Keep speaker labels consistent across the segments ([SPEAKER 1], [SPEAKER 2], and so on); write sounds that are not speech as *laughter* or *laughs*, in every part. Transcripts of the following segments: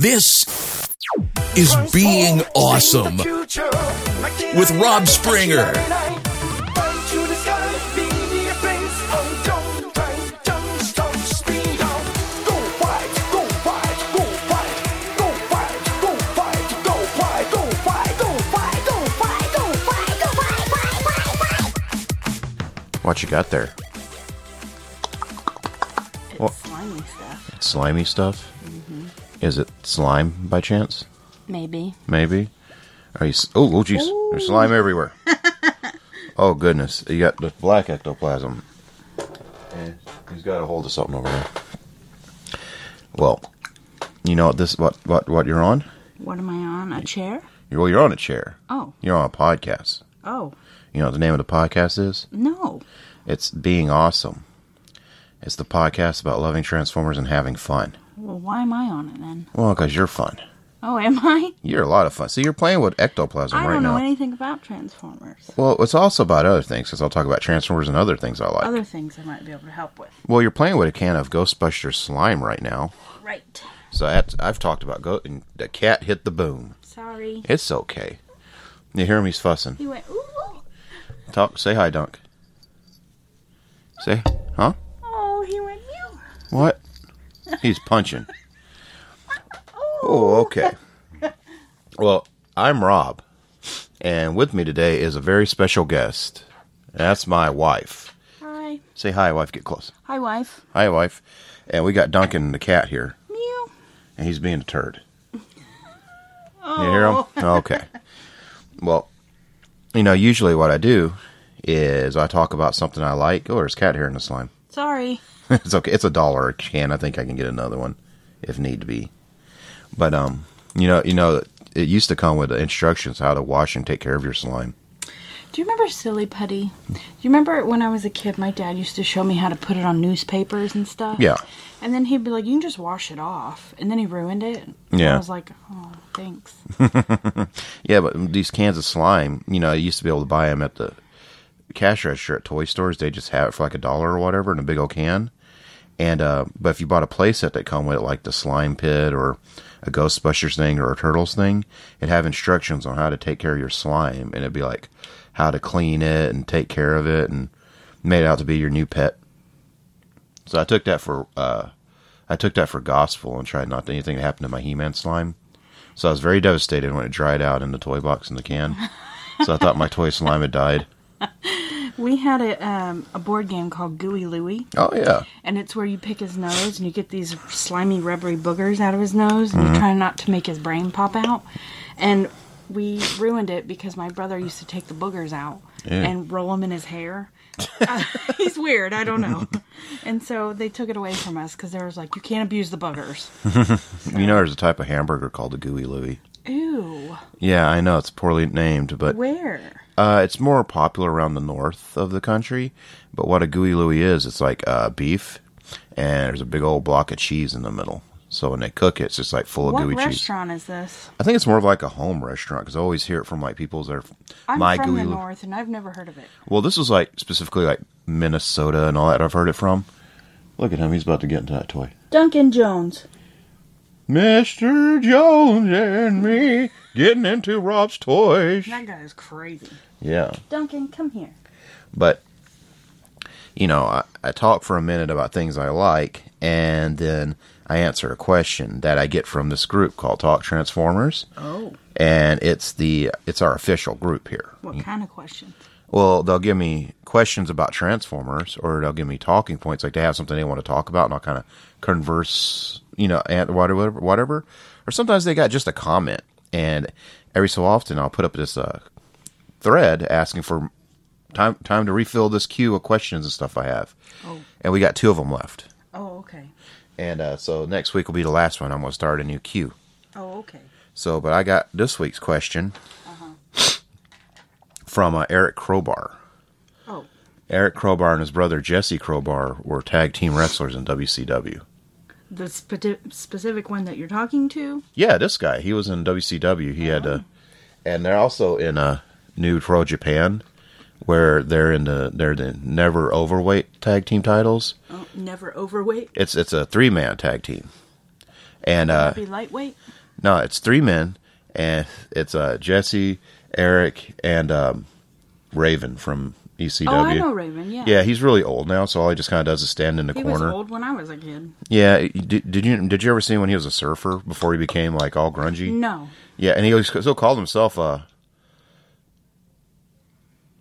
[SPEAKER 1] This is Being Awesome with Rob Springer.
[SPEAKER 2] What you got there?
[SPEAKER 3] It's
[SPEAKER 2] Well-
[SPEAKER 3] slimy stuff.
[SPEAKER 2] Slimy stuff? Is it slime by chance?
[SPEAKER 3] Maybe.
[SPEAKER 2] Maybe. Are you? s- Oh, oh, jeez. There's slime everywhere. oh goodness, you got the black ectoplasm. Eh, He's got a hold of something over there. Well, you know what this what what what you're on?
[SPEAKER 3] What am I on? A chair?
[SPEAKER 2] You're, well, you're on a chair.
[SPEAKER 3] Oh.
[SPEAKER 2] You're on a podcast.
[SPEAKER 3] Oh.
[SPEAKER 2] You know what the name of the podcast is?
[SPEAKER 3] No.
[SPEAKER 2] It's Being Awesome. It's the podcast about loving Transformers and having fun.
[SPEAKER 3] Well, why am I on it then?
[SPEAKER 2] Well, because you're fun.
[SPEAKER 3] Oh, am I?
[SPEAKER 2] You're a lot of fun. See, you're playing with ectoplasm
[SPEAKER 3] I
[SPEAKER 2] right
[SPEAKER 3] don't know
[SPEAKER 2] now.
[SPEAKER 3] anything about Transformers.
[SPEAKER 2] well, it's also about other things because I'll talk about Transformers and other things I like.
[SPEAKER 3] Other things I might be able to help with.
[SPEAKER 2] Well, you're playing with a can of Ghostbusters slime right now.
[SPEAKER 3] Right.
[SPEAKER 2] So I have talked about go and the cat hit the boom.
[SPEAKER 3] Sorry.
[SPEAKER 2] It's okay. You hear him? He's fussing.
[SPEAKER 3] He went, ooh.
[SPEAKER 2] Talk. Say hi, Dunk. Say, huh?
[SPEAKER 3] Oh, he went, meow.
[SPEAKER 2] What? He's
[SPEAKER 3] *laughs*
[SPEAKER 2] punching. Oh, okay. Well, I'm Rob, and with me today is a very special guest. That's my wife.
[SPEAKER 3] Hi.
[SPEAKER 2] Say hi, wife. Get close.
[SPEAKER 3] Hi, wife.
[SPEAKER 2] Hi, wife. And we got Duncan the cat here.
[SPEAKER 3] Meow.
[SPEAKER 2] and he's being a turd. You hear
[SPEAKER 3] Oh,
[SPEAKER 2] him? *laughs* Okay. Well, you know, usually what I do is I talk about something I like. Oh, there's cat hair in the slime.
[SPEAKER 3] Sorry.
[SPEAKER 2] *laughs* it's okay. It's a dollar a can. I think I can get another one if need be. But um, you know, you know, it used to come with instructions how to wash and take care of your slime.
[SPEAKER 3] Do you remember Silly Putty? Do you remember when I was a kid, my dad used to show me how to put it on newspapers and stuff?
[SPEAKER 2] Yeah.
[SPEAKER 3] And then he'd be like, you can just wash it off. And then he ruined it.
[SPEAKER 2] Yeah.
[SPEAKER 3] I was like, oh, thanks.
[SPEAKER 2] Yeah, but these cans of slime, you know, I used to be able to buy them at the cash register at toy stores. They just have it for like a dollar or whatever in a big old can. And uh, but if you bought a playset that come with it, like the slime pit or a Ghostbusters thing or a Turtles thing, it'd have instructions on how to take care of your slime, and it'd be like how to clean it and take care of it, and made out to be your new pet. So I took that for uh, I took that for gospel and tried not to anything to happen to my He-Man slime. So I was very devastated when it dried out in the toy box in the can. so I thought my toy slime had died.
[SPEAKER 3] We had a, um, a board game called Gooey Louie,
[SPEAKER 2] Oh yeah,
[SPEAKER 3] and it's where you pick his nose and you get these slimy, rubbery boogers out of his nose, and
[SPEAKER 2] Mm-hmm.
[SPEAKER 3] you try not to make his brain pop out. And we ruined it because my brother used to take the boogers out and roll them in his hair. *laughs* Uh, he's weird, I
[SPEAKER 2] *laughs*
[SPEAKER 3] don't know. and so they took it away from us because they was like, you can't abuse the boogers.
[SPEAKER 2] you know there's a type of hamburger called the Gooey Louie.
[SPEAKER 3] Ew,
[SPEAKER 2] Yeah, I know it's poorly named, but
[SPEAKER 3] where?
[SPEAKER 2] uh, it's more popular around the north of the country. But what a Gooey Louie is, it's like uh, beef, and there's a big old block of cheese in the middle. So when they cook it, it's just like full of
[SPEAKER 3] What
[SPEAKER 2] gooey cheese.
[SPEAKER 3] restaurant is this?
[SPEAKER 2] I think it's more of like a home restaurant because I always hear it from like people that are
[SPEAKER 3] I'm
[SPEAKER 2] my
[SPEAKER 3] from
[SPEAKER 2] gooey
[SPEAKER 3] the
[SPEAKER 2] Lou-"
[SPEAKER 3] north, and I've never heard of it.
[SPEAKER 2] Well, this was like specifically like Minnesota and all that. I've heard it from. Look at him; he's about to get into that toy.
[SPEAKER 3] Duncan Jones.
[SPEAKER 2] Mr. Jones and me getting into Rob's toys.
[SPEAKER 3] That guy is crazy.
[SPEAKER 2] Yeah,
[SPEAKER 3] Duncan, come here.
[SPEAKER 2] but you know, I, I talk for a minute about things I like, and then I answer a question that I get from this group called Talk Transformers,
[SPEAKER 3] Oh.
[SPEAKER 2] and it's the it's our official group here.
[SPEAKER 3] What kind of questions?
[SPEAKER 2] Well, they'll give me questions about Transformers, or they'll give me talking points, like they have something they want to talk about, and I'll kind of converse, you know, and whatever, whatever. Or sometimes they got just a comment, and every so often I'll put up this uh, thread asking for time time to refill this queue of questions and stuff I have,
[SPEAKER 3] Oh.
[SPEAKER 2] and we got two of them left,
[SPEAKER 3] Oh, okay.
[SPEAKER 2] and uh, so next week will be the last one. I'm gonna start a new queue.
[SPEAKER 3] Oh, okay.
[SPEAKER 2] So, but I got this week's question from uh, Eric Crowbar.
[SPEAKER 3] Oh,
[SPEAKER 2] Eric Crowbar and his brother Jesse Crowbar were tag team wrestlers in WCW.
[SPEAKER 3] the spe- specific one that you're talking to?
[SPEAKER 2] Yeah, this guy, he was in WCW. He had a, and they're also in uh, a New Pro Japan, where they're in the they're the never overweight tag team titles.
[SPEAKER 3] Oh, never overweight.
[SPEAKER 2] It's it's a three man tag team, And uh,
[SPEAKER 3] Be lightweight.
[SPEAKER 2] no, it's three men, and it's uh, Jesse, Eric, and um, Raven from ECW.
[SPEAKER 3] Oh, I know Raven. Yeah.
[SPEAKER 2] Yeah, he's really old now, so all he just kind of does is stand in the
[SPEAKER 3] He was
[SPEAKER 2] corner.
[SPEAKER 3] old when I was a kid.
[SPEAKER 2] Yeah, did, did you did you ever see him when he was a surfer before he became like all grungy?
[SPEAKER 3] No.
[SPEAKER 2] Yeah, and he always still called himself uh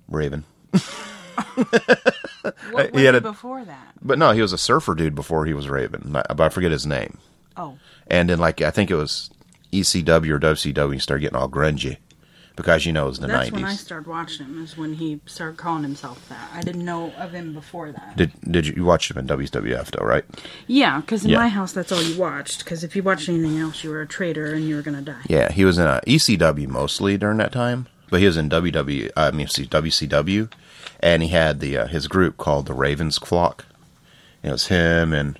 [SPEAKER 2] Raven.
[SPEAKER 3] What
[SPEAKER 2] Uh, he
[SPEAKER 3] was
[SPEAKER 2] had a-
[SPEAKER 3] before that?
[SPEAKER 2] But no, he was a surfer dude before he was Raven. I- But I forget his name.
[SPEAKER 3] Oh,
[SPEAKER 2] And then like I think it was ECW or WCW, he started getting all grungy because you know it was the
[SPEAKER 3] that's when I
[SPEAKER 2] nineties.
[SPEAKER 3] started watching him. Is when he started calling himself that. I didn't know of him before that.
[SPEAKER 2] Did did you, you watch him in WWF though, right?
[SPEAKER 3] Yeah, because in
[SPEAKER 2] Yeah.
[SPEAKER 3] my house, that's all you watched. Because if you watched anything else, you were a traitor and you were gonna die.
[SPEAKER 2] Yeah, he was in uh, ECW mostly during that time, but he was in WW. I mean, see, WCW, and he had the uh, his group called the Ravens Flock. It was him and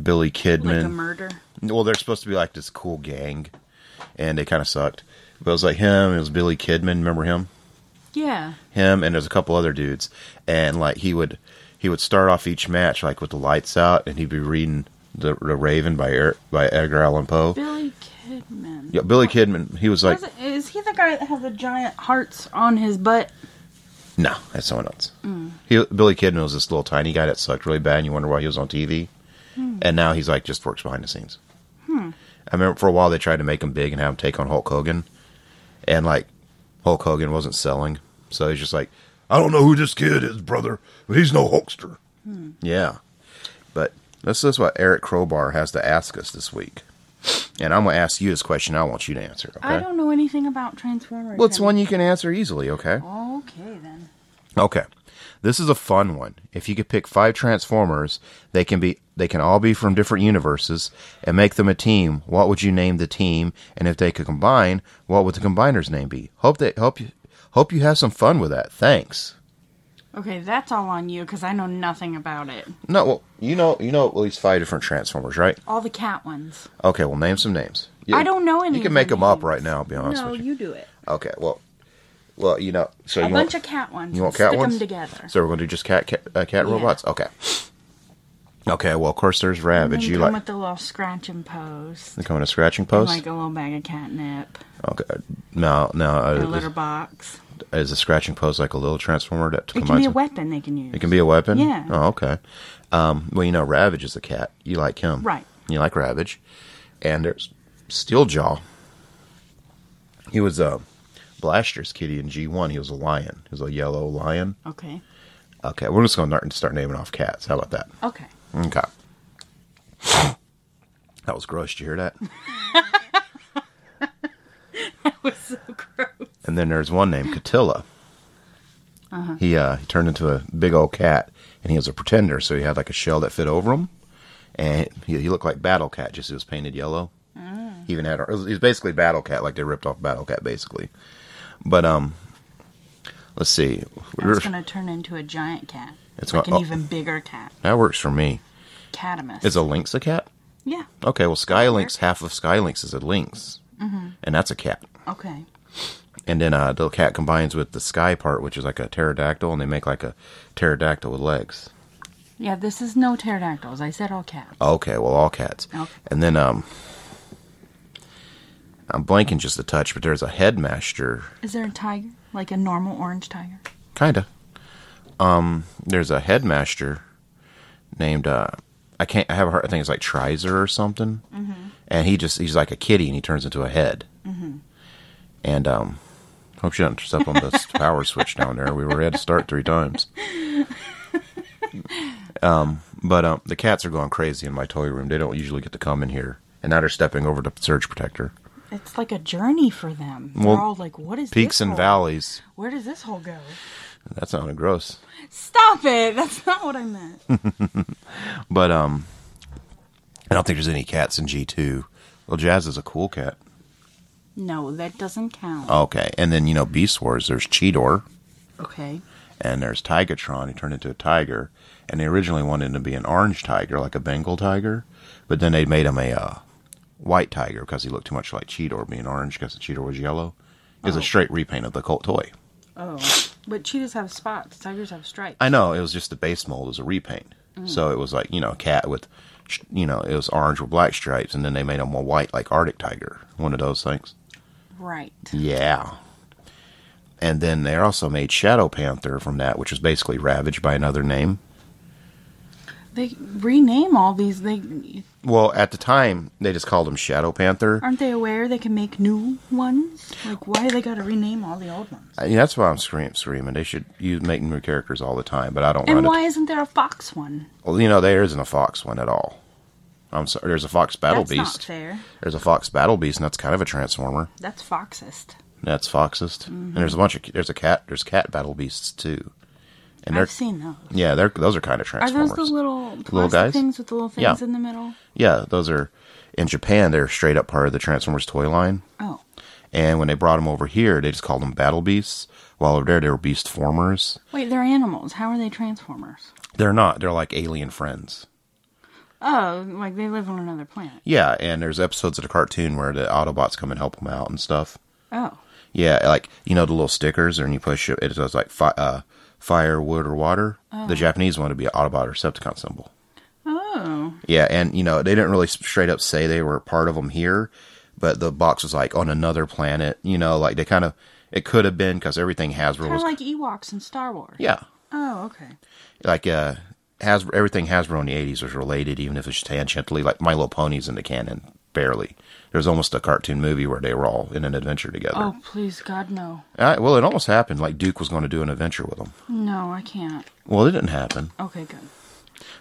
[SPEAKER 2] Billy
[SPEAKER 3] Like a
[SPEAKER 2] Kidman.
[SPEAKER 3] murder.
[SPEAKER 2] well, they're supposed to be like this cool gang, and they kind of sucked. But it was like him. It was Billy Kidman. Remember him?
[SPEAKER 3] Yeah.
[SPEAKER 2] him and there's a couple other dudes and like he would he would start off each match like with the lights out and he'd be reading the, the raven by Eric, by edgar allan poe
[SPEAKER 3] Billy Kidman.
[SPEAKER 2] yeah, billy kidman he was like
[SPEAKER 3] Was it- is he the guy that has the giant hearts on his butt?
[SPEAKER 2] no that's someone else he, billy kidman was this little tiny guy that sucked really bad and you wonder why he was on tv and now he's like just works behind the scenes i remember for a while they tried to make him big and have him take on hulk hogan and like hulk hogan wasn't selling so he's just like
[SPEAKER 1] I don't know who this kid is, brother, but he's no hoaxster.
[SPEAKER 2] Yeah. But this is what Eric Crowbar has to ask us this week. And I'm going to ask you this question. I want you to answer. Okay.
[SPEAKER 3] I don't know anything about Transformers.
[SPEAKER 2] well, it's
[SPEAKER 3] Kevin.
[SPEAKER 2] one you can answer easily. Okay.
[SPEAKER 3] Okay then.
[SPEAKER 2] Okay. This is a fun one. If you could pick five Transformers, they can be they can all be from different universes, and make them a team. What would you name the team? And if they could combine, what would the combiner's name be? Hope they hope you hope you have some fun with that. Thanks.
[SPEAKER 3] Okay, that's all on you because I know nothing about it.
[SPEAKER 2] No, well, you know you know at least five different Transformers, right?
[SPEAKER 3] All the cat ones.
[SPEAKER 2] Okay, well, name some names. You-
[SPEAKER 3] I don't know any.
[SPEAKER 2] You
[SPEAKER 3] of
[SPEAKER 2] can make
[SPEAKER 3] their
[SPEAKER 2] them up
[SPEAKER 3] names.
[SPEAKER 2] right now. I'll Be honest
[SPEAKER 3] No,
[SPEAKER 2] with Oh, you.
[SPEAKER 3] you do it.
[SPEAKER 2] Okay, well, well, you know, so
[SPEAKER 3] A
[SPEAKER 2] you
[SPEAKER 3] bunch
[SPEAKER 2] want,
[SPEAKER 3] of cat ones.
[SPEAKER 2] you want
[SPEAKER 3] and
[SPEAKER 2] cat
[SPEAKER 3] stick
[SPEAKER 2] ones
[SPEAKER 3] them together.
[SPEAKER 2] So we're gonna do just cat cat, uh, cat
[SPEAKER 3] Yeah.
[SPEAKER 2] robots. Okay. Okay. Well, of course, there's
[SPEAKER 3] And
[SPEAKER 2] Ravage.
[SPEAKER 3] then
[SPEAKER 2] You
[SPEAKER 3] come
[SPEAKER 2] like
[SPEAKER 3] with Oh the little scratch and pose.
[SPEAKER 2] they come in a scratching post.
[SPEAKER 3] Like a little bag of catnip.
[SPEAKER 2] okay. No, no.
[SPEAKER 3] and
[SPEAKER 2] Uh,
[SPEAKER 3] a litter box.
[SPEAKER 2] is, is a scratching post like a little transformer that
[SPEAKER 3] It can
[SPEAKER 2] combines?
[SPEAKER 3] be a
[SPEAKER 2] with-
[SPEAKER 3] weapon they can use.
[SPEAKER 2] It can be a weapon.
[SPEAKER 3] Yeah.
[SPEAKER 2] Oh, okay. Um, well, you know, Ravage is a cat. You like him,
[SPEAKER 3] Right.
[SPEAKER 2] You like Ravage, and there's Steeljaw. He was a Blaster's kitty in G one. He was a lion. He was a yellow lion.
[SPEAKER 3] Okay.
[SPEAKER 2] Okay, we're just going to start naming off cats. How about that?
[SPEAKER 3] *laughs* Okay.
[SPEAKER 2] Okay. That was gross. Did you hear that?
[SPEAKER 3] That was so gross.
[SPEAKER 2] And then there's one named Catilla. He uh, he turned into a big old cat, and he was a pretender, so he had like a shell that fit over him, and he, he looked like Battle Cat, just he was painted yellow. He even had it was, he was basically Battle Cat, like they ripped off Battle Cat, basically. But um, let's see.
[SPEAKER 3] That's gonna turn into a giant cat.
[SPEAKER 2] It's
[SPEAKER 3] like
[SPEAKER 2] gonna-
[SPEAKER 3] an
[SPEAKER 2] oh.
[SPEAKER 3] even bigger cat.
[SPEAKER 2] that works for me.
[SPEAKER 3] Catamus.
[SPEAKER 2] Is a lynx a cat?
[SPEAKER 3] yeah.
[SPEAKER 2] Okay, well, Skylinks, half of Skylinks is a lynx, and that's a cat.
[SPEAKER 3] Okay.
[SPEAKER 2] And then uh, the cat combines with the sky part, which is like a pterodactyl, and they make like a pterodactyl with legs.
[SPEAKER 3] Yeah, this is no pterodactyls. I said all cats.
[SPEAKER 2] Okay, well, all cats.
[SPEAKER 3] Okay.
[SPEAKER 2] And then um, I'm blanking just a touch, but there's a headmaster,
[SPEAKER 3] Is there a tiger? Like a normal orange tiger?
[SPEAKER 2] kinda. Um, there's a headmaster named uh, I can't. I have a hard. I think it's like Trizer or something. And he just he's like a kitty, and he turns into a head. And um, hope she doesn't step on this power switch down there. We were had to start three times. But um, the cats are going crazy in my toy room. They don't usually get to come in here, and now they're stepping over the surge protector.
[SPEAKER 3] It's like a journey for them.
[SPEAKER 2] Well,
[SPEAKER 3] They're all like, what is
[SPEAKER 2] Peaks
[SPEAKER 3] this
[SPEAKER 2] and
[SPEAKER 3] hole?
[SPEAKER 2] valleys.
[SPEAKER 3] Where does this hole go?
[SPEAKER 2] That sounded gross,
[SPEAKER 3] Stop it! *laughs* That's not what I meant.
[SPEAKER 2] Hmm. but um, I don't think there's any cats in G two. Well, Jazz is a cool cat.
[SPEAKER 3] no, that doesn't count.
[SPEAKER 2] Okay, and then you know Beast Wars. There's Cheetor,
[SPEAKER 3] Okay.
[SPEAKER 2] and there's Tigatron. He turned into a tiger, and they originally wanted him to be an orange tiger, like a Bengal tiger, but then they made him a uh, white tiger because he looked too much like Cheetor, being orange because the Cheetor was yellow. Is a straight repaint of the Colt toy.
[SPEAKER 3] Oh. But cheetahs have spots. Tigers have stripes.
[SPEAKER 2] I know it was just the base mold was a repaint, so it was like you know a cat with you know, it was orange with black stripes, and then they made them more white, like Arctic Tiger, one of those things.
[SPEAKER 3] Right.
[SPEAKER 2] Yeah. And then they also made Shadow Panther from that, which was basically Ravage by another name.
[SPEAKER 3] They rename all these. They
[SPEAKER 2] Well, at the time, they just called him Shadow Panther.
[SPEAKER 3] aren't they aware they can make new ones? Like, why they got to rename all the old ones?
[SPEAKER 2] I mean, that's why I'm scream, screaming. They should use make new characters all the time, but I don't
[SPEAKER 3] And
[SPEAKER 2] want
[SPEAKER 3] why
[SPEAKER 2] it.
[SPEAKER 3] isn't there a fox one?
[SPEAKER 2] Well, you know, there isn't a Fox one at all. I'm sorry. There's a Fox Battle
[SPEAKER 3] That's
[SPEAKER 2] Beast.
[SPEAKER 3] not fair.
[SPEAKER 2] There's a Fox Battle Beast, and that's kind of a transformer.
[SPEAKER 3] That's foxist.
[SPEAKER 2] That's Foxist. And there's a bunch of there's a cat there's cat battle beasts too. And they're
[SPEAKER 3] I've seen those.
[SPEAKER 2] yeah, they're those are kind of
[SPEAKER 3] Are
[SPEAKER 2] transformers.
[SPEAKER 3] those the little plastic
[SPEAKER 2] guys?
[SPEAKER 3] things with the little
[SPEAKER 2] Yeah.
[SPEAKER 3] things in the middle?
[SPEAKER 2] yeah, those are in Japan. They're straight up part of the Transformers toy line.
[SPEAKER 3] Oh,
[SPEAKER 2] And when they brought them over here, they just called them battle beasts. While over there, they were beast formers.
[SPEAKER 3] wait, they're animals. How are they transformers?
[SPEAKER 2] They're not. They're like alien friends.
[SPEAKER 3] Oh, like they live on another planet.
[SPEAKER 2] Yeah, and there's episodes of the cartoon where the Autobots come and help them out and stuff.
[SPEAKER 3] Oh,
[SPEAKER 2] Yeah, like you know the little stickers, and you push it. It does like fi- uh, fire, wood, or water. The Japanese one would be an Autobot or Septicon symbol.
[SPEAKER 3] oh,
[SPEAKER 2] Yeah, and you know they didn't really straight up say they were part of them here, but the box was like on another planet. You know, like they kind of it could have been because everything Hasbro
[SPEAKER 3] kind
[SPEAKER 2] was
[SPEAKER 3] of like Ewoks in Star Wars.
[SPEAKER 2] yeah,
[SPEAKER 3] Oh, okay.
[SPEAKER 2] like uh Hasbro everything Hasbro in the eighties was related, even if it's tangentially. Like My Little Pony's in the canon barely. There's almost a cartoon movie where they were all in an adventure together.
[SPEAKER 3] Oh, please, God, no,
[SPEAKER 2] Uh, well, it almost happened. Like Duke was going to do an adventure with them.
[SPEAKER 3] no, I can't.
[SPEAKER 2] Well, it didn't happen.
[SPEAKER 3] Okay, good.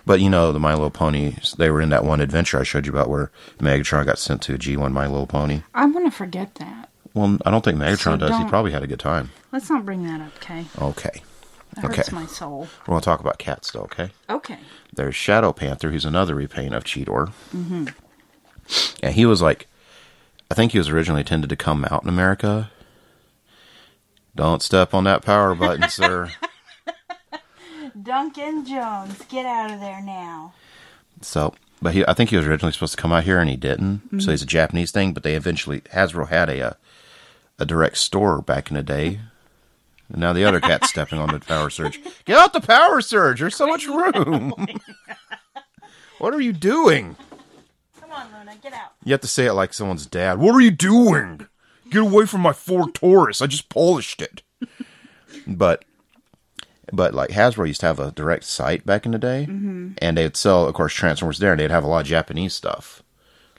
[SPEAKER 2] But you know, the My Little Pony, they were in that one adventure I showed you about where Megatron got sent to a G1 My Little Pony.
[SPEAKER 3] I'm gonna forget that.
[SPEAKER 2] Well, I don't think Megatron
[SPEAKER 3] So
[SPEAKER 2] does. He
[SPEAKER 3] don't-
[SPEAKER 2] probably had a good time.
[SPEAKER 3] Let's not bring that up, okay?
[SPEAKER 2] Okay.
[SPEAKER 3] That
[SPEAKER 2] Okay.
[SPEAKER 3] hurts my soul.
[SPEAKER 2] We're going to talk about cats, though, okay?
[SPEAKER 3] Okay.
[SPEAKER 2] There's Shadow Panther, who's another repaint of Cheetor. Mm-hmm. And he was like, I think he was originally intended to come out in America. Don't step on that power
[SPEAKER 3] *laughs*
[SPEAKER 2] button, sir.
[SPEAKER 3] Duncan Jones, get out of there now.
[SPEAKER 2] So, but he, I think he was originally supposed to come out here and he didn't. So he's a Japanese thing. But they eventually Hasbro had a uh, a direct store back in the day. And now the other cat's stepping on the power surge. Get out the power surge! There's so much room. what are you doing?
[SPEAKER 3] Come on, Luna, get out.
[SPEAKER 2] You have to say it like someone's dad.
[SPEAKER 1] What are you doing? Get away from my Ford Taurus. I just polished it.
[SPEAKER 2] *laughs* but but like Hasbro used to have a direct site back in the day, and they'd sell, of course, Transformers there, and they'd have a lot of Japanese stuff.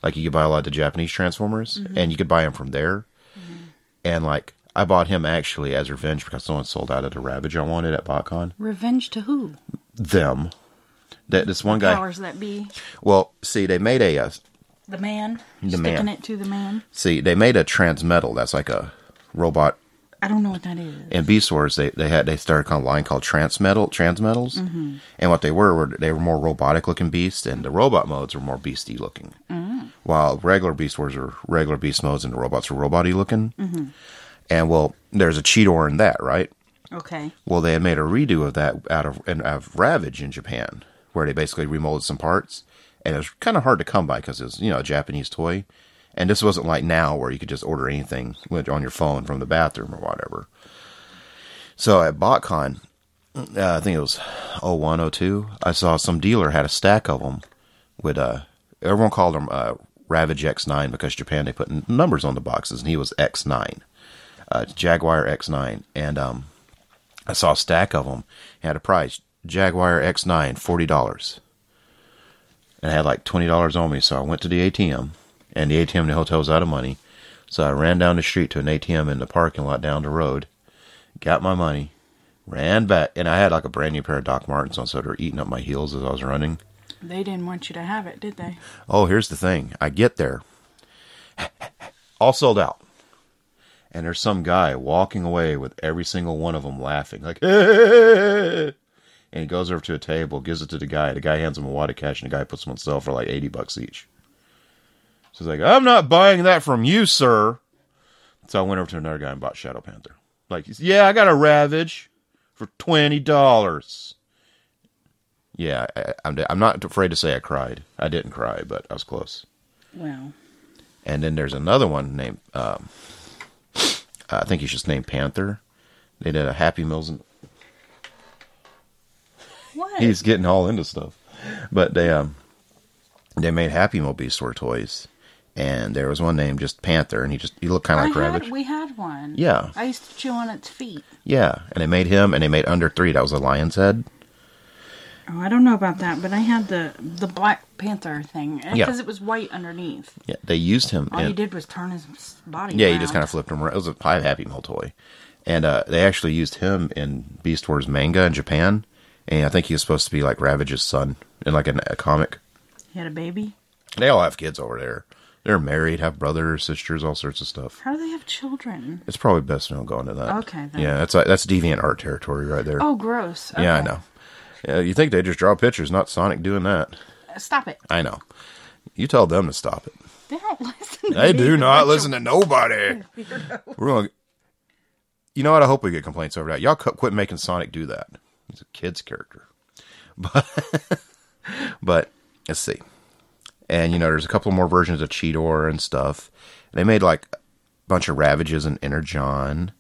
[SPEAKER 2] Like you could buy a lot of the Japanese Transformers, and you could buy them from there. And like I bought him actually as revenge because someone sold out of the Ravage I wanted at BotCon.
[SPEAKER 3] Revenge to who?
[SPEAKER 2] Them, that this one guy.
[SPEAKER 3] Powers that be.
[SPEAKER 2] Well, see, they made a uh,
[SPEAKER 3] The man.
[SPEAKER 2] The
[SPEAKER 3] sticking
[SPEAKER 2] man.
[SPEAKER 3] it to the man.
[SPEAKER 2] see they made a Transmetal. That's like a robot
[SPEAKER 3] I don't know what that is.
[SPEAKER 2] and Beast Wars, they, they had they started a line called Transmetal Transmetals, and what they were were they were more robotic looking beasts, and the robot modes were more beasty looking, while regular Beast Wars are regular beast modes, and the robots were roboty looking. And well, there's a Cheetor in that, right?
[SPEAKER 3] Okay.
[SPEAKER 2] Well, they had made a redo of that out of and out of Ravage in Japan, where they basically remolded some parts, and it was kind of hard to come by because it's you know a Japanese toy, and this wasn't like now where you could just order anything with- on your phone from the bathroom or whatever. So at BotCon, uh, I think it was 01, 02, I saw some dealer had a stack of them with uh everyone called him uh, Ravage X9 because Japan they put n- numbers on the boxes and he was X9, uh, Jaguar X9, and um. I saw a stack of them. It had a price Jaguar X9, $40. And I had like $20 on me, so I went to the ATM, and the ATM in the hotel was out of money. So I ran down the street to an ATM in the parking lot down the road, got my money, ran back, and I had like a brand new pair of Doc Martens on, so they were eating up my heels as I was running.
[SPEAKER 3] They didn't want you to have it, did they?
[SPEAKER 2] Oh, here's the thing. I get there. *laughs* All sold out. And there's some guy walking away with every single one of them laughing, like, *laughs* and he goes over to a table, gives it to the guy. The guy hands him a wad of cash, and the guy puts them on sale for like 80 bucks each. So he's like, I'm not buying that from you, sir. So I went over to another guy and bought Shadow Panther. Like, he's, yeah, I got a Ravage for $20. Yeah, I, I'm, I'm not afraid to say I cried. I didn't cry, but I was close.
[SPEAKER 3] Well,
[SPEAKER 2] And then there's another one named, um, I think he's just named Panther. They did a Happy Meals. And
[SPEAKER 3] what?
[SPEAKER 2] he's getting all into stuff. But they, um, They made Happy Meal Beast Store toys, and there was one named just Panther, and he just he looked kind of like
[SPEAKER 3] I
[SPEAKER 2] Ravage.
[SPEAKER 3] had, we had one.
[SPEAKER 2] Yeah.
[SPEAKER 3] I used to chew on its feet.
[SPEAKER 2] Yeah, and they made him, and they made Under Three. That was a lion's head.
[SPEAKER 3] Oh, I don't know about that, but I had the the Black Panther thing because
[SPEAKER 2] Yeah.
[SPEAKER 3] it was white underneath.
[SPEAKER 2] Yeah, they used him.
[SPEAKER 3] All
[SPEAKER 2] in-
[SPEAKER 3] Oh, you did was turn his s- body.
[SPEAKER 2] Yeah, you just kind
[SPEAKER 3] around.
[SPEAKER 2] of flipped him around. It was a five Happy Meal toy, and uh, they actually used him in Beast Wars manga in Japan, and I think he was supposed to be like Ravage's son in like an, a comic.
[SPEAKER 3] He had a baby.
[SPEAKER 2] They all have kids over there. They're married, have brothers, sisters, all sorts of stuff.
[SPEAKER 3] How do they have children?
[SPEAKER 2] It's probably best we don't go into that.
[SPEAKER 3] Okay, then.
[SPEAKER 2] Yeah, that's uh, that's deviant art territory right there.
[SPEAKER 3] Oh, gross.
[SPEAKER 2] Yeah, I
[SPEAKER 3] Okay.
[SPEAKER 2] know. Yeah, you think they just draw pictures, not Sonic doing that?
[SPEAKER 3] Stop it.
[SPEAKER 2] I know. You tell them to stop it.
[SPEAKER 3] They don't *laughs* listen. To
[SPEAKER 2] They
[SPEAKER 3] me.
[SPEAKER 2] do not listen to nobody. We're going. to You know what? I hope we get complaints over that. Y'all cu- quit making Sonic do that. He's a kid's character, *laughs* but but let's see. And you know, there's a couple more versions of Cheetor and stuff. They made like a bunch of Ravages and Energon,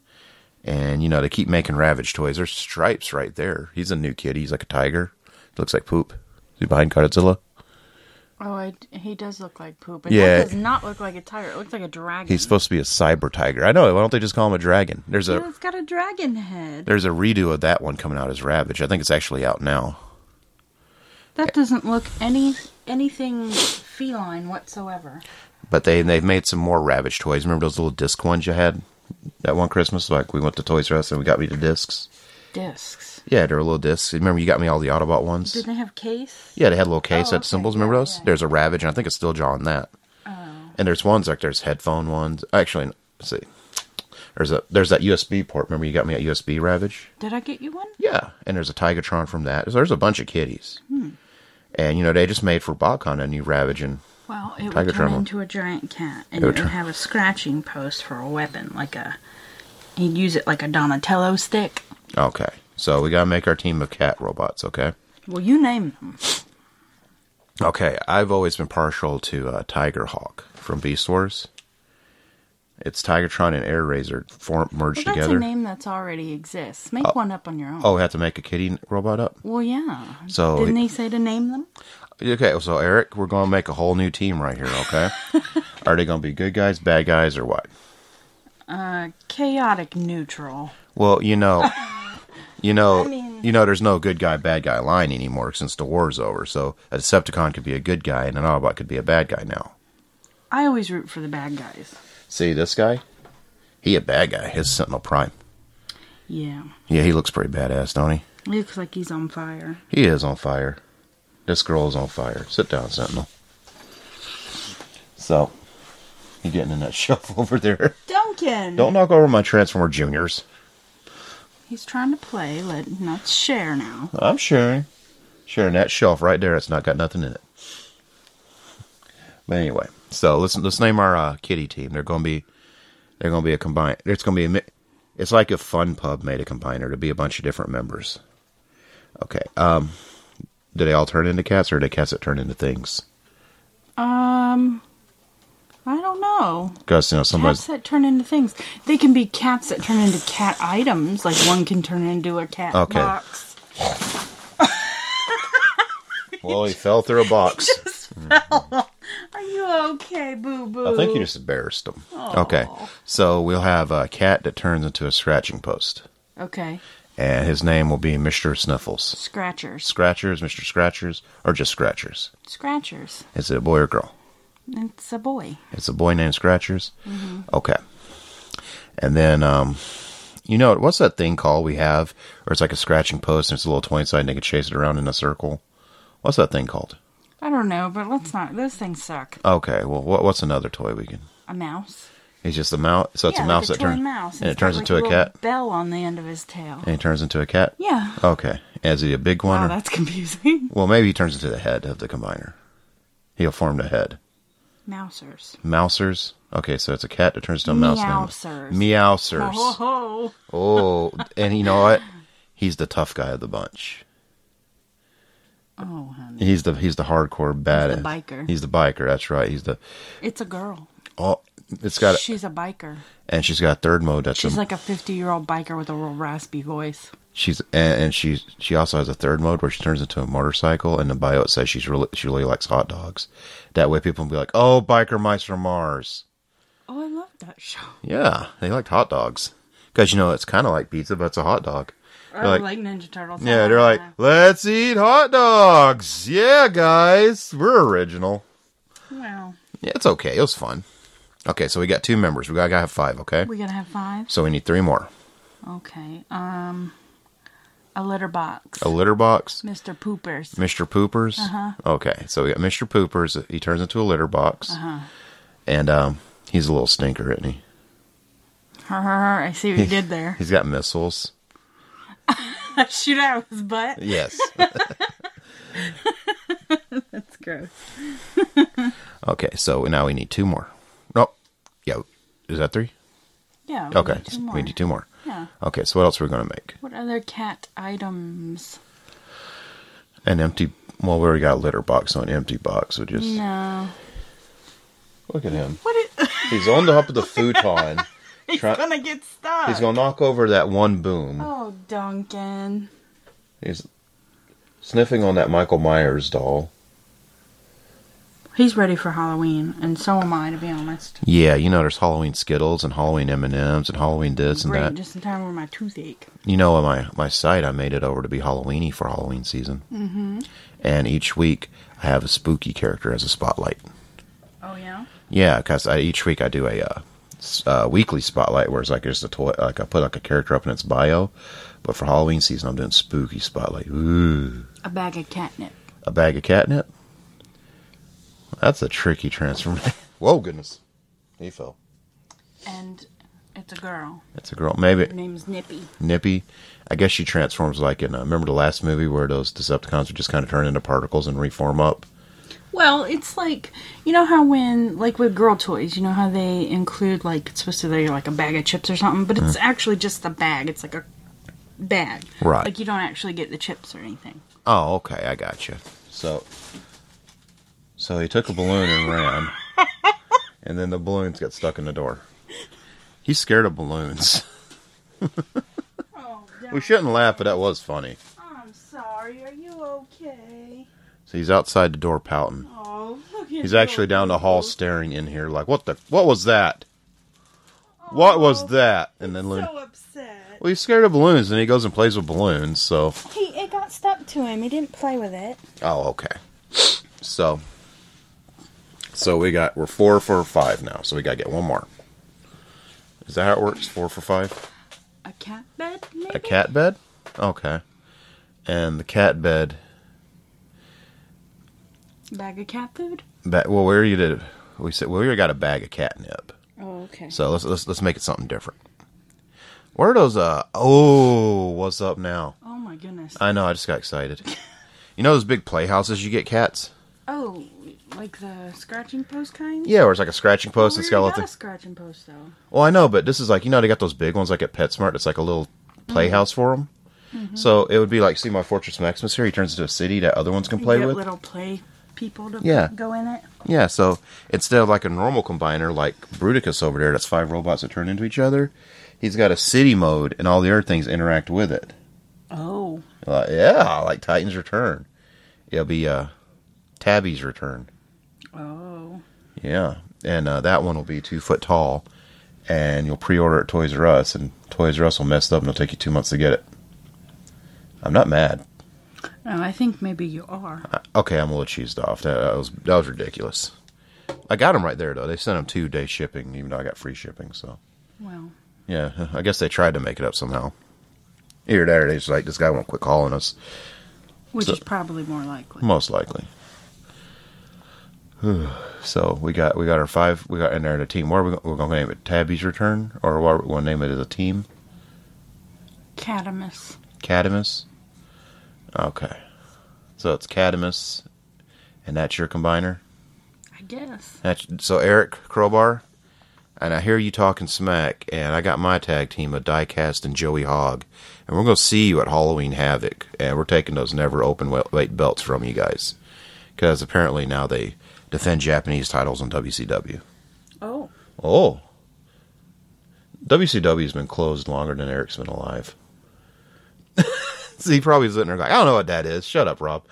[SPEAKER 2] and you know, they keep making Ravage toys. There's Stripes right there. He's a new kid. He's like a tiger. looks like poop. He's behind Godzilla.
[SPEAKER 3] Oh, I, he does look like poop. And
[SPEAKER 2] Yeah.
[SPEAKER 3] That does not look like a tiger. It looks like a dragon.
[SPEAKER 2] He's supposed to be a cyber tiger. I know. Why don't they just call him a dragon? There's a
[SPEAKER 3] Yeah, it's got a dragon head.
[SPEAKER 2] There's a redo of that one coming out as Ravage. I think it's actually out now.
[SPEAKER 3] That doesn't look any anything feline whatsoever.
[SPEAKER 2] But they they've made some more Ravage toys. Remember those little disc ones you had that one Christmas? Like we went to Toys R Us and we got me the discs.
[SPEAKER 3] Discs.
[SPEAKER 2] Yeah, they were little discs. Remember you got me all the Autobot
[SPEAKER 3] Did
[SPEAKER 2] ones?
[SPEAKER 3] they have case?
[SPEAKER 2] Yeah, they had little case
[SPEAKER 3] Oh,
[SPEAKER 2] set
[SPEAKER 3] okay.
[SPEAKER 2] symbols. Remember
[SPEAKER 3] Yeah,
[SPEAKER 2] those?
[SPEAKER 3] yeah. Oh.
[SPEAKER 2] There's a Ravage, and I think it's still drawing that. And there's ones like there's headphone ones. Actually, let's see. There's a there's that USB port. Remember you got me a USB Ravage?
[SPEAKER 3] Did I get you one?
[SPEAKER 2] Yeah, and there's a Tigatron from that. So there's a bunch of kitties.
[SPEAKER 3] Hmm.
[SPEAKER 2] And you know they just made for BotCon a new Ravage and
[SPEAKER 3] Well, it
[SPEAKER 2] Tiger
[SPEAKER 3] would turn
[SPEAKER 2] Drama.
[SPEAKER 3] into a giant cat, and
[SPEAKER 2] It
[SPEAKER 3] it
[SPEAKER 2] would
[SPEAKER 3] would,
[SPEAKER 2] turn-
[SPEAKER 3] have a scratching post for a weapon, like a. He'd use it like a Donatello stick.
[SPEAKER 2] Okay. So we gotta make our team of cat robots, okay?
[SPEAKER 3] Well, you name them.
[SPEAKER 2] Okay, I've always been partial to uh, Tiger Hawk from Beast Wars. It's Tigertron and Air Razor form merged
[SPEAKER 3] Well, that's
[SPEAKER 2] together.
[SPEAKER 3] a name that's already exists. Make one up on your own.
[SPEAKER 2] Oh, we have to make a kitty robot up.
[SPEAKER 3] Well, yeah.
[SPEAKER 2] So-
[SPEAKER 3] didn't they say to name them?
[SPEAKER 2] Okay, so Eric, we're gonna make a whole new team right here,
[SPEAKER 3] *laughs*
[SPEAKER 2] okay? Are they gonna be good guys, bad guys, or what?
[SPEAKER 3] Uh, chaotic neutral.
[SPEAKER 2] Well, you
[SPEAKER 3] *laughs*
[SPEAKER 2] know, you know,
[SPEAKER 3] I mean-
[SPEAKER 2] you know, there's no good guy, bad guy line anymore since the war's over. So a Decepticon could be a good guy, and an Autobot could be a bad guy now.
[SPEAKER 3] I always root for the bad guys.
[SPEAKER 2] See this guy? He a bad guy. His Sentinel Prime.
[SPEAKER 3] Yeah,
[SPEAKER 2] Yeah, he looks pretty badass, don't he?
[SPEAKER 3] looks like he's on fire.
[SPEAKER 2] He is on fire. This girl is on fire. Sit down, Sentinel. So, you getting in that *laughs* shelf over there?
[SPEAKER 3] Duncan.
[SPEAKER 2] Don't knock over my Transformer Juniors.
[SPEAKER 3] He's trying to play. Let not share now.
[SPEAKER 2] I'm sharing. Sharing that shelf right there. It's not got nothing in it. But anyway, so let's let's name our uh, kitty team. They're gonna be they're gonna be a combined. It's gonna be a. mi- It's like if Fun Pub made a combiner to be a bunch of different members. Okay. Um, do they all turn into cats, or do cats that turn into things?
[SPEAKER 3] Um, I don't know.
[SPEAKER 2] Because you know
[SPEAKER 3] Cats
[SPEAKER 2] somebody's
[SPEAKER 3] that turn into things. They can be cats that turn into cat items. Like one can turn into a cat
[SPEAKER 2] Okay.
[SPEAKER 3] box.
[SPEAKER 2] well, he fell through a box.
[SPEAKER 3] Are you okay, Boo Boo?
[SPEAKER 2] I think you just embarrassed him. Okay, so we'll have a cat that turns into a scratching post,
[SPEAKER 3] Okay,
[SPEAKER 2] and his name will be Mister Sniffles.
[SPEAKER 3] scratchers,
[SPEAKER 2] Scratchers, Mr. Scratchers, or just Scratchers?
[SPEAKER 3] scratchers.
[SPEAKER 2] Is it a boy or girl?
[SPEAKER 3] It's a boy.
[SPEAKER 2] It's a boy named Scratchers.
[SPEAKER 3] Mm-hmm.
[SPEAKER 2] Okay. And then, um, you know, what's that thing called we have? Or it's like a scratching post and it's a little toy inside and they can chase it around in a circle. What's that thing called?
[SPEAKER 3] I don't know, but let's not. Those things suck.
[SPEAKER 2] Okay. Well, what, what's another toy we can?
[SPEAKER 3] A mouse.
[SPEAKER 2] It's just a mouse. So it's
[SPEAKER 3] yeah,
[SPEAKER 2] a mouse
[SPEAKER 3] like a
[SPEAKER 2] that
[SPEAKER 3] toy
[SPEAKER 2] turns
[SPEAKER 3] mouse.
[SPEAKER 2] and it
[SPEAKER 3] It's got,
[SPEAKER 2] turns
[SPEAKER 3] like,
[SPEAKER 2] into a
[SPEAKER 3] little
[SPEAKER 2] cat.
[SPEAKER 3] Bell on the end of his tail.
[SPEAKER 2] And it turns into a cat.
[SPEAKER 3] Yeah.
[SPEAKER 2] Okay. Is he a big one?
[SPEAKER 3] Wow,
[SPEAKER 2] or-
[SPEAKER 3] that's confusing. *laughs*
[SPEAKER 2] well, maybe he turns into the head of the combiner. He'll form the head.
[SPEAKER 3] Mousers.
[SPEAKER 2] Mousers. Okay, so it's a cat that turns into a mouse. now.
[SPEAKER 3] Meowsers. *laughs* Oh.
[SPEAKER 2] Meowsers.
[SPEAKER 3] Ho ho.
[SPEAKER 2] Oh, and you know what? He's the tough guy of the bunch.
[SPEAKER 3] Oh, honey.
[SPEAKER 2] He's the he's the hardcore badass.
[SPEAKER 3] biker.
[SPEAKER 2] He's the biker. That's right. He's the
[SPEAKER 3] It's a girl.
[SPEAKER 2] oh It's got,
[SPEAKER 3] She's a biker.
[SPEAKER 2] and she's got third mode. That's
[SPEAKER 3] She's
[SPEAKER 2] a,
[SPEAKER 3] like a 50 year old biker with a real raspy voice.
[SPEAKER 2] she's and, and she's she also has a third mode where she turns into a motorcycle. And the bio it says she's really she really likes hot dogs. That way, people will be like, "Oh, biker mice from Mars."
[SPEAKER 3] Oh, I love that show.
[SPEAKER 2] Yeah, they liked hot dogs because you know it's kind of like pizza, but it's a hot dog.
[SPEAKER 3] Or
[SPEAKER 2] They're
[SPEAKER 3] like,
[SPEAKER 2] like-
[SPEAKER 3] Ninja Turtles.
[SPEAKER 2] Yeah, they're like, let's eat hot dogs. Yeah, guys, we're original.
[SPEAKER 3] wow.
[SPEAKER 2] Yeah, it's okay. It was fun. Okay, so we got two members. We gotta gotta have five. Okay,
[SPEAKER 3] We gotta have five.
[SPEAKER 2] so we need three more.
[SPEAKER 3] Okay. Um, a litter box.
[SPEAKER 2] A litter box,
[SPEAKER 3] Mr. Poopers. *laughs*
[SPEAKER 2] Mr. Poopers.
[SPEAKER 3] Uh-huh.
[SPEAKER 2] Okay, so we got Mr. Poopers. He turns into a litter box,
[SPEAKER 3] Uh-huh.
[SPEAKER 2] and um, he's a little stinker, isn't he?
[SPEAKER 3] I see what you
[SPEAKER 2] *laughs*
[SPEAKER 3] did there. *laughs*
[SPEAKER 2] He's got missiles.
[SPEAKER 3] Shoot out his butt.
[SPEAKER 2] Yes.
[SPEAKER 3] That's gross.
[SPEAKER 2] *laughs* okay, so now we need two more. No, yeah, is that three?
[SPEAKER 3] Yeah. we
[SPEAKER 2] Okay,
[SPEAKER 3] need two more.
[SPEAKER 2] we need two more.
[SPEAKER 3] Yeah.
[SPEAKER 2] Okay, so what else we're gonna make?
[SPEAKER 3] What other cat items?
[SPEAKER 2] An empty. Well, we already got a litter box, so an empty box would just.
[SPEAKER 3] No.
[SPEAKER 2] Look at him.
[SPEAKER 3] What is? *laughs*
[SPEAKER 2] He's on the top of the futon.
[SPEAKER 3] He's
[SPEAKER 2] Try-
[SPEAKER 3] gonna get stuck.
[SPEAKER 2] He's gonna knock over that one boom.
[SPEAKER 3] Oh, Duncan.
[SPEAKER 2] He's sniffing on that Michael Myers doll.
[SPEAKER 3] He's ready for Halloween, and so am I, to be honest.
[SPEAKER 2] Yeah, you know, there's Halloween Skittles and Halloween M and M's and Halloween this and
[SPEAKER 3] Great,
[SPEAKER 2] that.
[SPEAKER 3] just in time for my toothache.
[SPEAKER 2] You know, on my my site, I made it over to be Halloweeny for Halloween season. Mm-hmm. And each week, I have a spooky character as a spotlight.
[SPEAKER 3] Oh yeah.
[SPEAKER 2] Yeah, because I, each week I do a uh, s- uh, weekly spotlight where it's like just a toy, like I put like a character up in its bio. But for Halloween season, I'm doing spooky spotlight. Ooh,
[SPEAKER 3] A bag of catnip.
[SPEAKER 2] a bag of catnip. That's a tricky transformation. *laughs* Whoa, goodness, he fell.
[SPEAKER 3] And it's a girl.
[SPEAKER 2] That's a girl. Maybe
[SPEAKER 3] Her name's Nippy.
[SPEAKER 2] Nippy. I guess she transforms like in. Uh, remember the last movie where those Decepticons would just kind of turn into particles and reform up.
[SPEAKER 3] Well, it's like you know how when like with girl toys, you know how they include like it's supposed to be like a bag of chips or something, but it's actually just a bag. It's like a bag.
[SPEAKER 2] Right.
[SPEAKER 3] Like you don't actually get the chips or anything.
[SPEAKER 2] Oh, okay, I got you. So, so he took a balloon and ran, and then the balloons got stuck in the door. He's scared of balloons.
[SPEAKER 3] Oh,
[SPEAKER 2] We shouldn't laugh, but that was funny.
[SPEAKER 3] I'm sorry. Are you okay?
[SPEAKER 2] So he's outside the door pouting.
[SPEAKER 3] Oh, look at
[SPEAKER 2] He's actually down the hall staring in here, like, "What the? What was that? What was that?" And then, Loon,
[SPEAKER 3] upset.
[SPEAKER 2] well, he's scared of balloons, and he goes and plays with balloons. So,
[SPEAKER 3] He it got stuck to him. He didn't play with it.
[SPEAKER 2] oh, okay. So, so we got we're four for five now. So we gotta get one more. Is that how it works? Four for five.
[SPEAKER 3] A cat bed? Maybe?
[SPEAKER 2] A cat bed? Okay. And the cat bed.
[SPEAKER 3] Bag of cat food?
[SPEAKER 2] Ba- well, we already did. We said well, we already got a bag of catnip.
[SPEAKER 3] Oh, okay.
[SPEAKER 2] So let's let's let's make it something different. Where are those? Uh oh, what's up now?
[SPEAKER 3] oh my goodness.
[SPEAKER 2] I know. I just got excited. you know those big playhouses you get cats?
[SPEAKER 3] oh, like the scratching post kind?
[SPEAKER 2] Yeah, where it's like a scratching post.
[SPEAKER 3] We
[SPEAKER 2] it's
[SPEAKER 3] already
[SPEAKER 2] got a
[SPEAKER 3] got
[SPEAKER 2] little
[SPEAKER 3] a
[SPEAKER 2] thing.
[SPEAKER 3] scratching post though.
[SPEAKER 2] Well, I know, but this is like you know they got those big ones like at PetSmart. It's like a little playhouse for 'em. for them. So it would be like see my Fortress Maximus here. He turns into a city that other ones can
[SPEAKER 3] You
[SPEAKER 2] play
[SPEAKER 3] get
[SPEAKER 2] with.
[SPEAKER 3] little play people to
[SPEAKER 2] Yeah.
[SPEAKER 3] go in it.
[SPEAKER 2] Yeah, so instead of like a normal combiner like Bruticus over there, that's five robots that turn into each other, he's got a city mode and all the other things interact with it.
[SPEAKER 3] Oh.
[SPEAKER 2] Like, yeah, like Titan's Return. It'll be uh, Tabby's Return.
[SPEAKER 3] Oh.
[SPEAKER 2] Yeah, and uh, that one will be two foot tall, and you'll pre order at Toys R Us, and Toys R Us will mess it up and it'll take you two months to get it. I'm not mad.
[SPEAKER 3] Oh, I think maybe you are.
[SPEAKER 2] I- Okay, I'm a little cheesed off. That, that was that was ridiculous. I got them right there though. They sent them two day shipping, even though I got free shipping. So
[SPEAKER 3] Well.
[SPEAKER 2] Yeah, I guess they tried to make it up somehow. Either that or they just like, this guy won't quit calling us,
[SPEAKER 3] Which
[SPEAKER 2] So-
[SPEAKER 3] is probably more likely.
[SPEAKER 2] most likely. so we got we got our five, we got in there the team. What are we go- we're going to name it? Tabby's Return? Or what are we going to name it as a team?
[SPEAKER 3] Catamus.
[SPEAKER 2] Cadamus? Okay. So it's Cadamus, and that's your combiner?
[SPEAKER 3] I guess.
[SPEAKER 2] That's, so Eric Crowbar, and I hear you talking smack, and I got my tag team of Diecast and Joey Hogg, and we're gonna see you at Halloween Havoc, and we're taking those never open we- weight belts from you guys, because apparently now they defend Japanese titles on WCW.
[SPEAKER 3] Oh.
[SPEAKER 2] Oh. WCW's been closed longer than Eric's been alive. *laughs* so he probably sitting there like, I don't know what that is. Shut up, Rob.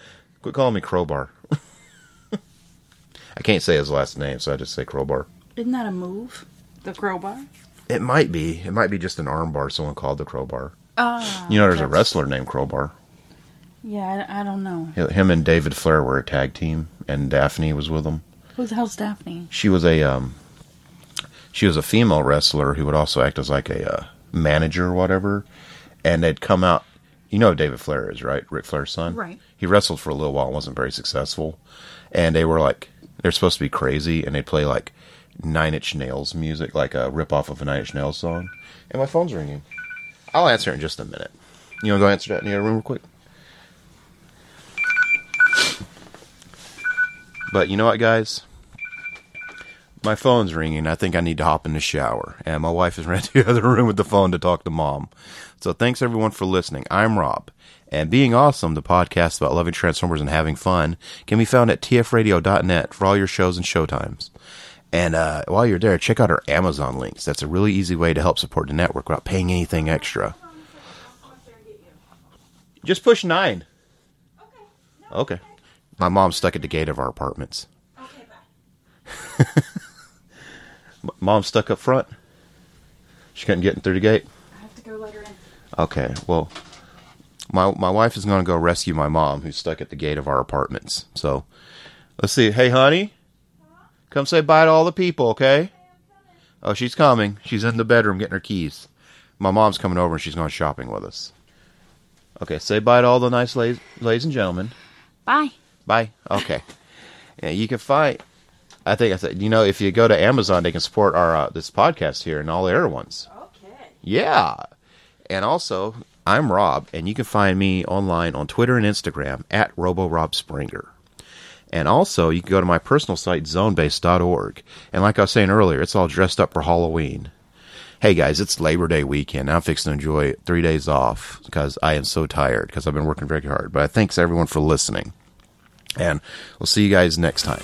[SPEAKER 2] Quit calling me Crowbar. *laughs* I can't say his last name, so I just say Crowbar.
[SPEAKER 3] Isn't that a move? The crowbar?
[SPEAKER 2] It might be. It might be just an armbar someone called the Crowbar.
[SPEAKER 3] Ah.
[SPEAKER 2] You know, there's a
[SPEAKER 3] that's-
[SPEAKER 2] wrestler named Crowbar.
[SPEAKER 3] Yeah, I, I don't know.
[SPEAKER 2] Hi- Him and David Flair were a tag team, and Daphne was with them.
[SPEAKER 3] Who the hell's Daphne?
[SPEAKER 2] She was a um, she was a female wrestler who would also act as like a uh, manager or whatever. And they'd come out. You know who David Flair is, right? Ric Flair's son.
[SPEAKER 3] Right.
[SPEAKER 2] He wrestled for a little while, and wasn't very successful, and they were like they're supposed to be crazy, and they play like Nine Inch Nails music, like a rip off of a Nine Inch Nails song. And my phone's ringing. I'll answer it in just a minute. You want to go answer that in the other room real quick? But you know what, guys? My phone's ringing. I think I need to hop in the shower. And my wife is *laughs* ran to the other room with the phone to talk to mom. So thanks everyone for listening. I'm Rob. And Being Awesome, the podcast about loving Transformers and having fun, can be found at tfradio.net for all your shows and showtimes. And uh, while you're there, check out our Amazon links. That's a really easy way to help support the network without paying anything extra. Just push nine. Okay. My mom's stuck at the gate of our apartments. M- Mom's stuck up front. She couldn't get in through the gate.
[SPEAKER 3] I have to go let her in.
[SPEAKER 2] Okay, well, my my wife is going to go rescue my mom who's stuck at the gate of our apartments. So, let's see. Hey, honey, come say bye to all the people, okay? Oh, she's coming. She's in the bedroom getting her keys. My mom's coming over and she's going shopping with us. Okay, say bye to all the nice ladies, ladies and gentlemen.
[SPEAKER 3] Bye.
[SPEAKER 2] Bye. Okay. yeah, you can find. I think I said you know if you go to Amazon, they can support our uh, this podcast here and all the other ones.
[SPEAKER 3] Okay.
[SPEAKER 2] Yeah. And also, I'm Rob, and you can find me online on Twitter and Instagram at RoboRobSpringer. And also, you can go to my personal site, zonebase.org. And like I was saying earlier, it's all dressed up for Halloween. Hey guys, it's Labor Day weekend. I'm fixing to enjoy three days off because I am so tired because I've been working very hard. But thanks everyone for listening. And we'll see you guys next time.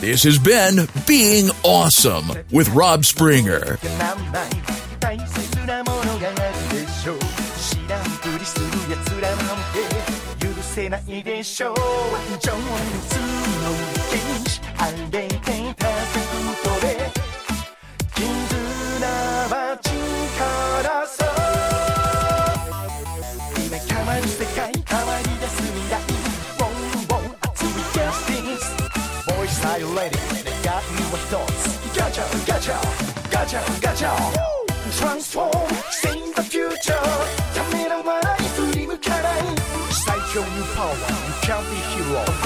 [SPEAKER 4] This has been Being Awesome with Rob Springer.
[SPEAKER 5] 大切なものがあるでしょう知らんぷりする奴らなんて許せないでしょう情熱の禁止あれで叩くことで絆は力さ今変わる世界変わり出す未来ボンボン熱い Justice Boys are you ready 願いは一つ Gotcha gotcha gotcha gotcha Transform save the future ためらわない振り向かない最強 new power You can be hero